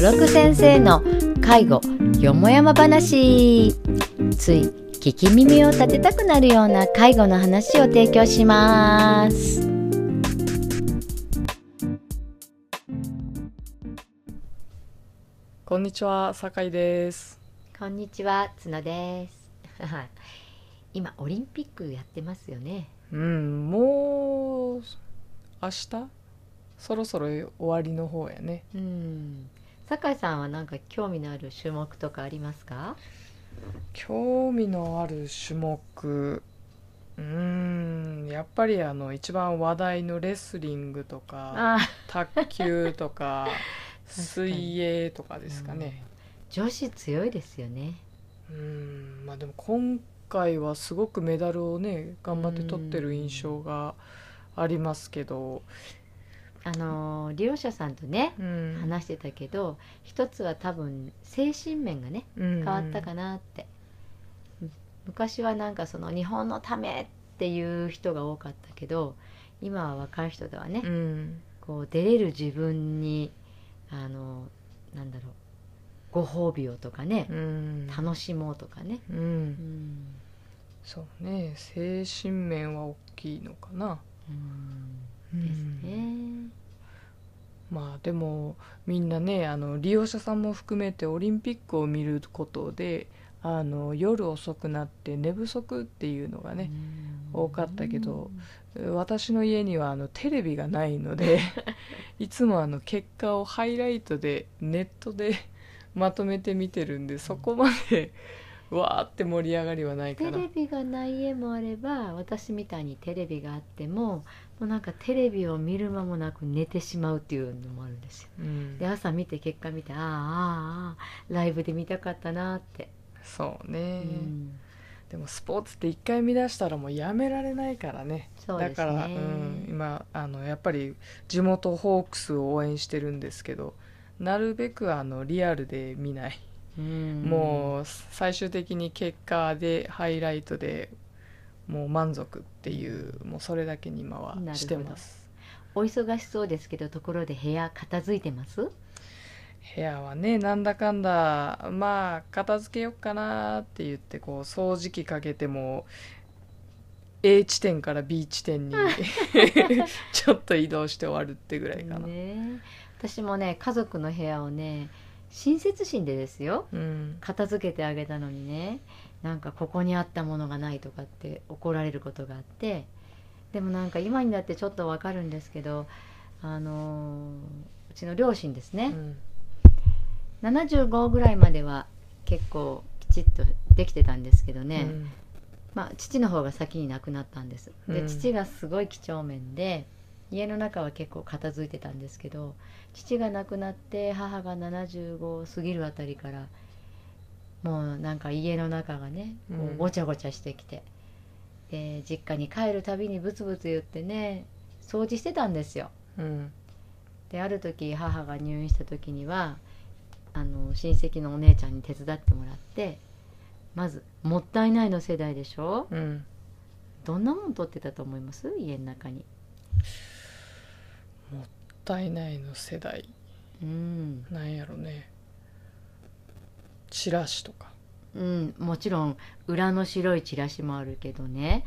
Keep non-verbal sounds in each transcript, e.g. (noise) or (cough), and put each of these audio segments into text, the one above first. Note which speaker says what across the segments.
Speaker 1: 六先生の介護よもやま話つい聞き耳を立てたくなるような介護の話を提供します
Speaker 2: こんにちは、酒井です。
Speaker 1: こんにちは角です (laughs) 今オリンピックやってますよね
Speaker 2: うん、もう明日そろそろ終わりの方やね。
Speaker 1: うん酒井さんは何か興味のある種目とかありますか
Speaker 2: 興味のある種目、うん、やっぱりあの一番話題のレスリングとか
Speaker 1: あ
Speaker 2: 卓球と
Speaker 1: (laughs)
Speaker 2: か
Speaker 1: かに
Speaker 2: 水泳とかですかね。
Speaker 1: 女子強いですよね
Speaker 2: うん、まあでも今回はすごくメダルをね頑張って取ってる印象がありますけど、
Speaker 1: あのー利用者さんとね
Speaker 2: うん、
Speaker 1: 話してたけど一つは多分精神面がね
Speaker 2: 変
Speaker 1: 変わったかなって、うん昔はなんかその日本のためっていう人が多かったけど今は若い人ではね、
Speaker 2: うん
Speaker 1: こう出れる自分にあのなんだろうご褒美をとかね、
Speaker 2: うん
Speaker 1: 楽しもうとかね、
Speaker 2: うん
Speaker 1: うん
Speaker 2: そうね精神面は大きいのかな、
Speaker 1: です
Speaker 2: うん
Speaker 1: ね。
Speaker 2: まあでもみんなねあの利用者さんも含めてオリンピックを見ることであの夜遅くなって寝不足っていうのが
Speaker 1: う
Speaker 2: ね、
Speaker 1: ん
Speaker 2: 多かったけど私の家にはあのテレビがないの (laughs) でいつもあの結果をハイライトでネットで (laughs) まとめて見てるんでそこまでわーって盛り上がりはないか
Speaker 1: テ
Speaker 2: な
Speaker 1: レビがない家もあれば私みたいにテレビがあってももうなんかテレビを見る間もなく寝てしまうっていうのもあるんですよ。
Speaker 2: うん
Speaker 1: で朝見て結果見てあああああライブで見たかったなって、
Speaker 2: そうね、
Speaker 1: うん
Speaker 2: でもスポーツって一回見出したらもうやめられないからね
Speaker 1: そう
Speaker 2: だ
Speaker 1: です
Speaker 2: から、う
Speaker 1: ね。
Speaker 2: ん、今あのやっぱり地元ホークスを応援してるんですけどなるべくあのリアルで見ない、
Speaker 1: うん
Speaker 2: もう最終的に結果でハイライトでもう満足っていうもうそれだけに今は
Speaker 1: なるほど
Speaker 2: してます
Speaker 1: お忙しそうですけどところで部屋片付いてます
Speaker 2: 部屋はねなんだかんだまあ片付けよっかなって言ってこう掃除機かけても A 地点から B 地
Speaker 1: (laughs)
Speaker 2: 点にちょっと移動して終わるってぐらいかな、
Speaker 1: ね私もね家族の部屋をね親切心でですよ
Speaker 2: うん
Speaker 1: 片付けてあげたのにねなんかここにあったものがないとかって怒られることがあってでもなんか今になってちょっとわかるんですけどあのーうちの両親です
Speaker 2: う
Speaker 1: ね、
Speaker 2: ん
Speaker 1: 75ぐらいまでは結構きちっとできてたんですけどね、まあ、父の方が先に亡くなったんですで、
Speaker 2: うん
Speaker 1: 父がすごい几帳面で家の中は結構片付いてたんですけど父が亡くなって母が75過ぎるあたりからもうなんか家の中がねこ
Speaker 2: う
Speaker 1: うんごちゃごちゃしてきて、で実家に帰るたびにブツブツ言ってね掃除してたんですよ
Speaker 2: うん
Speaker 1: である時母が入院した時にはあの親戚のお姉ちゃんに手伝ってもらってまず「もったいない」の世代でしょ
Speaker 2: うん
Speaker 1: どんなもん取ってたと思います家の中に
Speaker 2: 体内の世代
Speaker 1: うん、
Speaker 2: なんやろねチラシとか
Speaker 1: うん、もちろん裏の白いチラシもあるけどね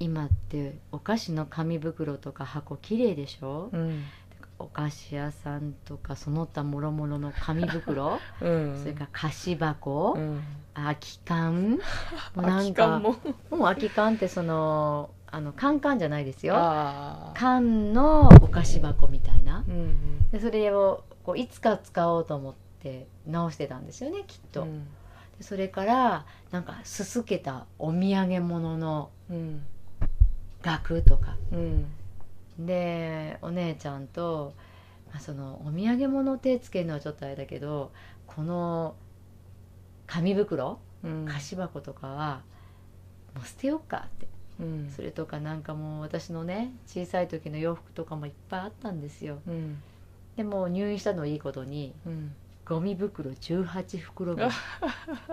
Speaker 1: 今ってお菓子の紙袋とか箱綺麗でしょ
Speaker 2: うん、
Speaker 1: お菓子屋さんとかその他もろもろの紙袋
Speaker 2: うん、
Speaker 1: それから菓子箱、
Speaker 2: うん、
Speaker 1: 空き缶もうな
Speaker 2: 空
Speaker 1: ん
Speaker 2: き
Speaker 1: か
Speaker 2: 缶
Speaker 1: も
Speaker 2: も
Speaker 1: う空き缶ってそのあのカンカンじゃないですよ
Speaker 2: ああ
Speaker 1: 缶のお菓子箱みたいな
Speaker 2: うんうん
Speaker 1: でそれをこういつか使おうと思って直してたんですよねきっと、
Speaker 2: うん
Speaker 1: でそれからなんかすすけたお土産物の
Speaker 2: うん
Speaker 1: 額とか
Speaker 2: うん
Speaker 1: でお姉ちゃんと、まあ、そのお土産物を手つけるのはちょっとあれだけどこの紙袋
Speaker 2: うん
Speaker 1: 菓子箱とかは、もう捨てようかって
Speaker 2: うん
Speaker 1: それとかなんかもう私のね小さい時の洋服とかもいっぱいあったんですよ
Speaker 2: うん
Speaker 1: でも入院したのをいいことに
Speaker 2: うん
Speaker 1: ゴミ袋18袋
Speaker 2: (laughs)
Speaker 1: 分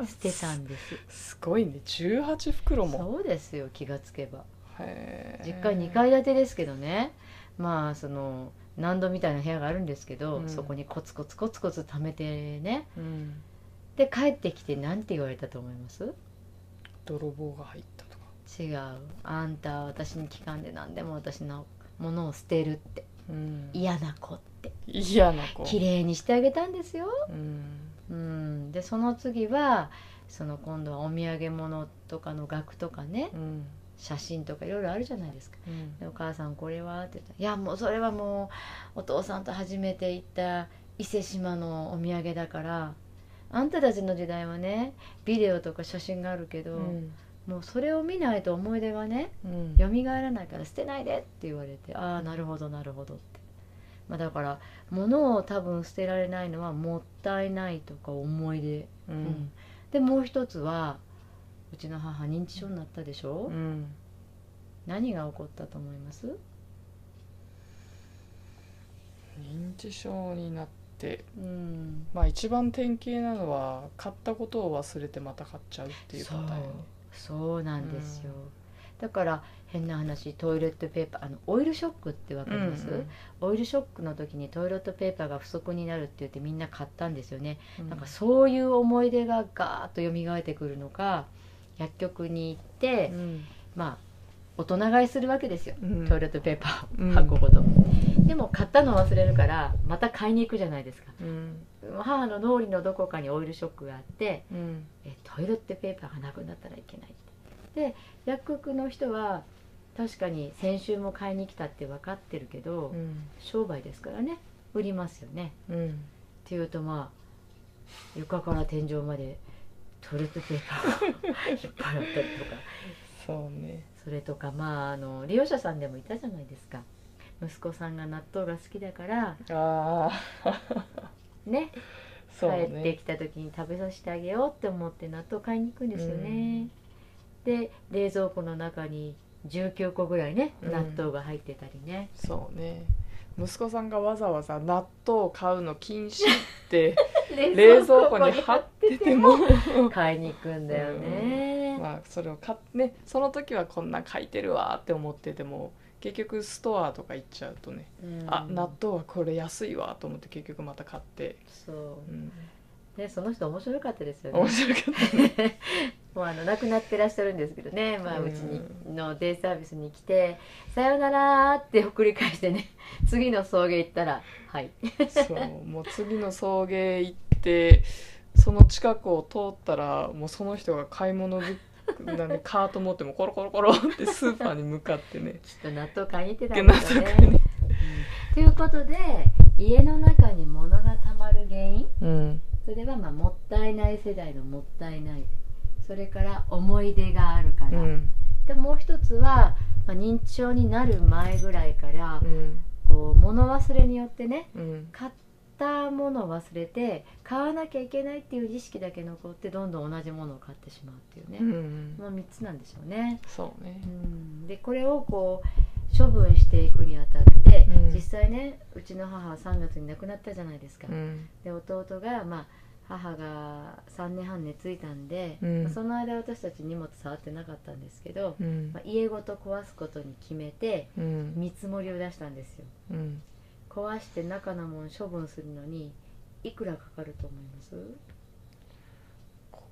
Speaker 1: 捨てたんです
Speaker 2: すごいね18袋も
Speaker 1: そうですよ気がつけば
Speaker 2: へ
Speaker 1: 実家2階建てですけどねまあその何度みたいな部屋があるんですけど、
Speaker 2: うん
Speaker 1: そこにコツコツコツコツ貯めてね
Speaker 2: うん
Speaker 1: で帰ってきて何て言われたと思います
Speaker 2: 泥棒が入ったとか
Speaker 1: 違うあんたは私に聞かんで何でも私のものを捨てるって
Speaker 2: うん
Speaker 1: 嫌な子って
Speaker 2: 嫌な子
Speaker 1: 綺麗にしてあげたんですよ
Speaker 2: うん
Speaker 1: うんでその次はその今度はお土産物とかの額とかね
Speaker 2: うん
Speaker 1: 写真とかいろいろあるじゃないですか
Speaker 2: うん
Speaker 1: でお母さんこれは?」って言ったら「いやもうそれはもうお父さんと初めて行った伊勢志摩のお土産だからあんたたちの時代はねビデオとか写真があるけど、
Speaker 2: うん
Speaker 1: もうそれを見ないと思い出がね
Speaker 2: うん
Speaker 1: 蘇らないから捨てないで」って言われて「ああなるほどなるほど」って。まあ、だから物を多分捨てられないのはもったいないとか思い出、
Speaker 2: う
Speaker 1: うん
Speaker 2: ん
Speaker 1: でもう一つはうちの母認知症になったでしょ、
Speaker 2: うん
Speaker 1: 何が起こったと思います
Speaker 2: 認知症になって
Speaker 1: うん
Speaker 2: まあ一番典型なのは買ったことを忘れてまた買っちゃうっていうパターンよね
Speaker 1: そうそうなんですよ、だから変な話トイレットペーパーあのオイルショックってわかります、
Speaker 2: うん
Speaker 1: オイルショックの時にトイレットペーパーが不足になるって言ってみんな買ったんですよね、
Speaker 2: うん
Speaker 1: なんかそういう思い出がガーッと蘇ってくるのか薬局に行って、
Speaker 2: うん
Speaker 1: まあ大人買いするわけですよ
Speaker 2: うん
Speaker 1: トイレットペーパ
Speaker 2: うん
Speaker 1: ーを運ぶと、でも買ったの忘れるからまた買いに行くじゃないですか
Speaker 2: うん
Speaker 1: 母の脳裏のどこかにオイルショックがあって、
Speaker 2: うん
Speaker 1: えトイレットペーパーがなくなったらいけないってで薬局の人は確かに先週も買いに来たって分かってるけど、
Speaker 2: うん
Speaker 1: 商売ですからね売りますよね
Speaker 2: うん
Speaker 1: っていうとまあ床から天井までトイレットペーパーが引っ張らったりとか
Speaker 2: そうね
Speaker 1: それとかまああの利用者さんでもいたじゃないですか息子さんが納豆が好きだから
Speaker 2: ああ
Speaker 1: ね
Speaker 2: そう
Speaker 1: 帰って
Speaker 2: ね
Speaker 1: きた時に食べさせてあげようって思って納豆買いに行くんですよね、で冷蔵庫の中に19個ぐらいね
Speaker 2: うん
Speaker 1: 納豆が入ってたりね、
Speaker 2: そうね息子さんがわざわざ納豆を買うの禁止
Speaker 1: (laughs)
Speaker 2: って冷
Speaker 1: 冷
Speaker 2: 蔵庫に貼ってても
Speaker 1: 買いに行くんだよね、
Speaker 2: まあそれを買っねその時はこんな書いてるわって思ってても結局ストアとか行っちゃうとね、
Speaker 1: うん
Speaker 2: あ納豆はこれ安いわと思って結局また買って、
Speaker 1: そ
Speaker 2: うん、
Speaker 1: うでその人面白かったですよ
Speaker 2: 面
Speaker 1: ね
Speaker 2: 白かっ
Speaker 1: (laughs) もうあの亡くなってらっしゃるんですけどね、まあ、
Speaker 2: うん
Speaker 1: うちにのデイサービスに来て「さよなら」って送り返してね (laughs) 次の送迎行ったら「はい」 (laughs)
Speaker 2: たそうもう次の送迎行ってその近くを通ったらもうその人が買い物ブックな
Speaker 1: (laughs)
Speaker 2: んでカート持ってもコロコロコロってスーパーに向かってね
Speaker 1: きっと納豆買いに行ってた
Speaker 2: で
Speaker 1: んで
Speaker 2: 納
Speaker 1: すよ
Speaker 2: 豆
Speaker 1: ね
Speaker 2: 買い。に
Speaker 1: ということで家の中に物がたまる原因
Speaker 2: うん
Speaker 1: それはまあもったいない世代のもったいないそれから思い出があるか
Speaker 2: う
Speaker 1: ら、
Speaker 2: ん
Speaker 1: でもう一つは、まあ、認知症になる前ぐらいから
Speaker 2: うん
Speaker 1: こう物忘れによってね
Speaker 2: うん
Speaker 1: 買ったものを忘れて買わなきゃいけないっていう意識だけ残ってどんどん同じものを買ってしまうっていうね、
Speaker 2: うん
Speaker 1: この3つなんでしょうね。
Speaker 2: そうね
Speaker 1: うんでこれをこう処分していくにあたって、
Speaker 2: うん
Speaker 1: 実際ねうちの母は3月に亡くなったじゃないですか、
Speaker 2: うん
Speaker 1: で弟が、まあ、母が3年半寝ついたんで、
Speaker 2: うん
Speaker 1: まあその間私たち荷物触ってなかったんですけど、
Speaker 2: うん
Speaker 1: まあ、家ごと壊すことに決めて
Speaker 2: うん
Speaker 1: 見積もりを出したんですよ
Speaker 2: うん
Speaker 1: 壊して中のもん処分するのにいくらかかると思います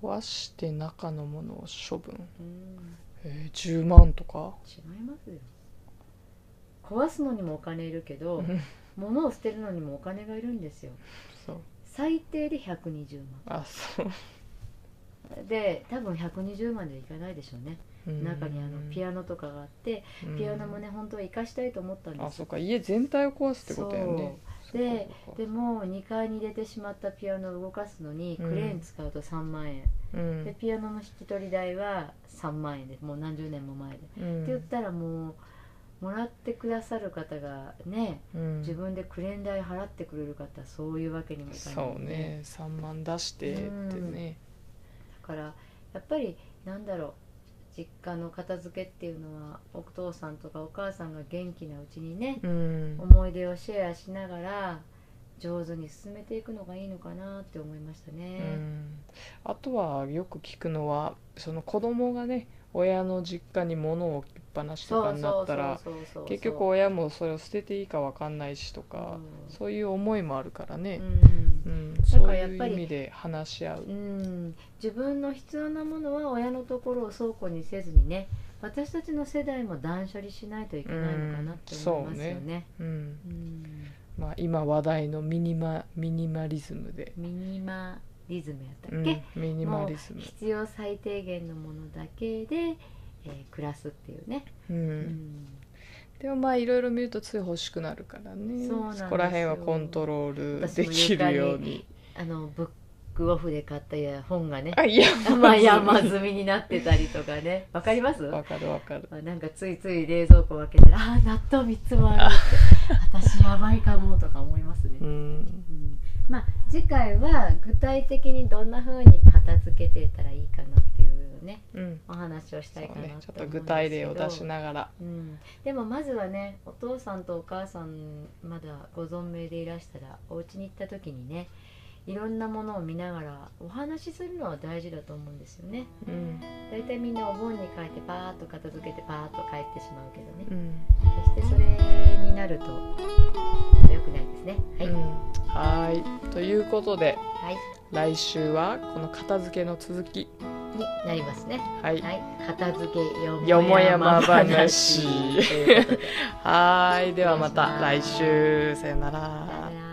Speaker 2: 壊して中のものを処分、
Speaker 1: うん
Speaker 2: えー、10万とか
Speaker 1: 違いますよ壊すのにもお金いるけど、物を捨てるのにもお金がいるんですよ
Speaker 2: そう
Speaker 1: 最低で120
Speaker 2: あそう、
Speaker 1: 万で多分120万ではいかないでしょうね
Speaker 2: うん
Speaker 1: 中にあのピアノとかがあってピアノもね本当は生かしたいと思ったん
Speaker 2: うん
Speaker 1: で
Speaker 2: あ
Speaker 1: す
Speaker 2: そうか家全体を壊すってことやね
Speaker 1: そうで
Speaker 2: そうかそう
Speaker 1: でも2階に入れてしまったピアノを動かすのにクレーン使うと3万円、
Speaker 2: かうん
Speaker 1: でピアノの引き取り代は3万円でもう何十年も前で、
Speaker 2: うん
Speaker 1: って言ったらもうもらってくださる方がね
Speaker 2: うん
Speaker 1: 自分でクレーン代払ってくれる方はそういうわけにもいかない
Speaker 2: そうね3万出してってね
Speaker 1: だからやっぱりなんだろう実家の片付けっていうのはお父さんとかお母さんが元気なうちにね、
Speaker 2: うん
Speaker 1: 思い出をシェアしながら上手に進めていくのがいいのかなって思いました
Speaker 2: う
Speaker 1: ね。
Speaker 2: んあとはよく聞くのはその子供がね親の実家に物を置きっぱなしとかになったら
Speaker 1: そうそうそうそう
Speaker 2: 結局親もそれを捨てていいかわかんないしと
Speaker 1: う
Speaker 2: か、
Speaker 1: ん
Speaker 2: そういう思いもあるからね、
Speaker 1: うん
Speaker 2: うん
Speaker 1: だか
Speaker 2: そう
Speaker 1: らやっ
Speaker 2: い
Speaker 1: ぱ
Speaker 2: う
Speaker 1: り
Speaker 2: 意味で話し合う
Speaker 1: う。ん、自分の必要なものは親のところを倉庫にせずにね私たちの世代も断捨離しないといけないのかなって思いますよね。
Speaker 2: うん
Speaker 1: うん
Speaker 2: まあ、今話題のミニマミニマリズムで、
Speaker 1: ミニマリズムやった
Speaker 2: う
Speaker 1: っ
Speaker 2: ん
Speaker 1: け、
Speaker 2: ミニマリズム、
Speaker 1: 必要最低限のものだけで、えー暮らすっていうね。
Speaker 2: う、
Speaker 1: うんん
Speaker 2: でもまあいろいろ見るとつい欲しくなるからね
Speaker 1: そうなんですよ
Speaker 2: こら辺はコントロールできるように
Speaker 1: あのブックオフで買ったや本がね
Speaker 2: (laughs) あ
Speaker 1: (laughs)
Speaker 2: 山
Speaker 1: 山
Speaker 2: 積
Speaker 1: 山
Speaker 2: み
Speaker 1: 積みになってたりとか (laughs) ねわかります
Speaker 2: わかるわかる
Speaker 1: なんかついつい冷蔵庫を開けてああ納豆3つも (laughs) あるって私やばいかもとか思いますね、
Speaker 2: うん
Speaker 1: うんまあ次回は具体的にどんな風に片付けていったらいいかなっていうね
Speaker 2: うん
Speaker 1: お話をし
Speaker 2: そ
Speaker 1: た
Speaker 2: う
Speaker 1: いかなと思
Speaker 2: ね
Speaker 1: うんです
Speaker 2: ち
Speaker 1: け
Speaker 2: ょっ
Speaker 1: ど
Speaker 2: と具体例を出しながら
Speaker 1: うん、でもまずはねお父さんとお母さんまだご存命でいらしたらお家に行った時にねいろんなものを見ながらお話しするのは大事だと思うんですよね
Speaker 2: うん
Speaker 1: 大体みんなお盆に帰ってパーッと片付けてパーッと帰ってしまうけどね
Speaker 2: うん、
Speaker 1: 決してそれになると良くないですねはい、
Speaker 2: うん、はーいということで
Speaker 1: はい
Speaker 2: 来週はこの片付けの続き
Speaker 1: になりますね
Speaker 2: はい
Speaker 1: はい片付けよ
Speaker 2: よもやま話
Speaker 1: 話ということで
Speaker 2: (laughs) はーいではまた来週さよな
Speaker 1: さよなら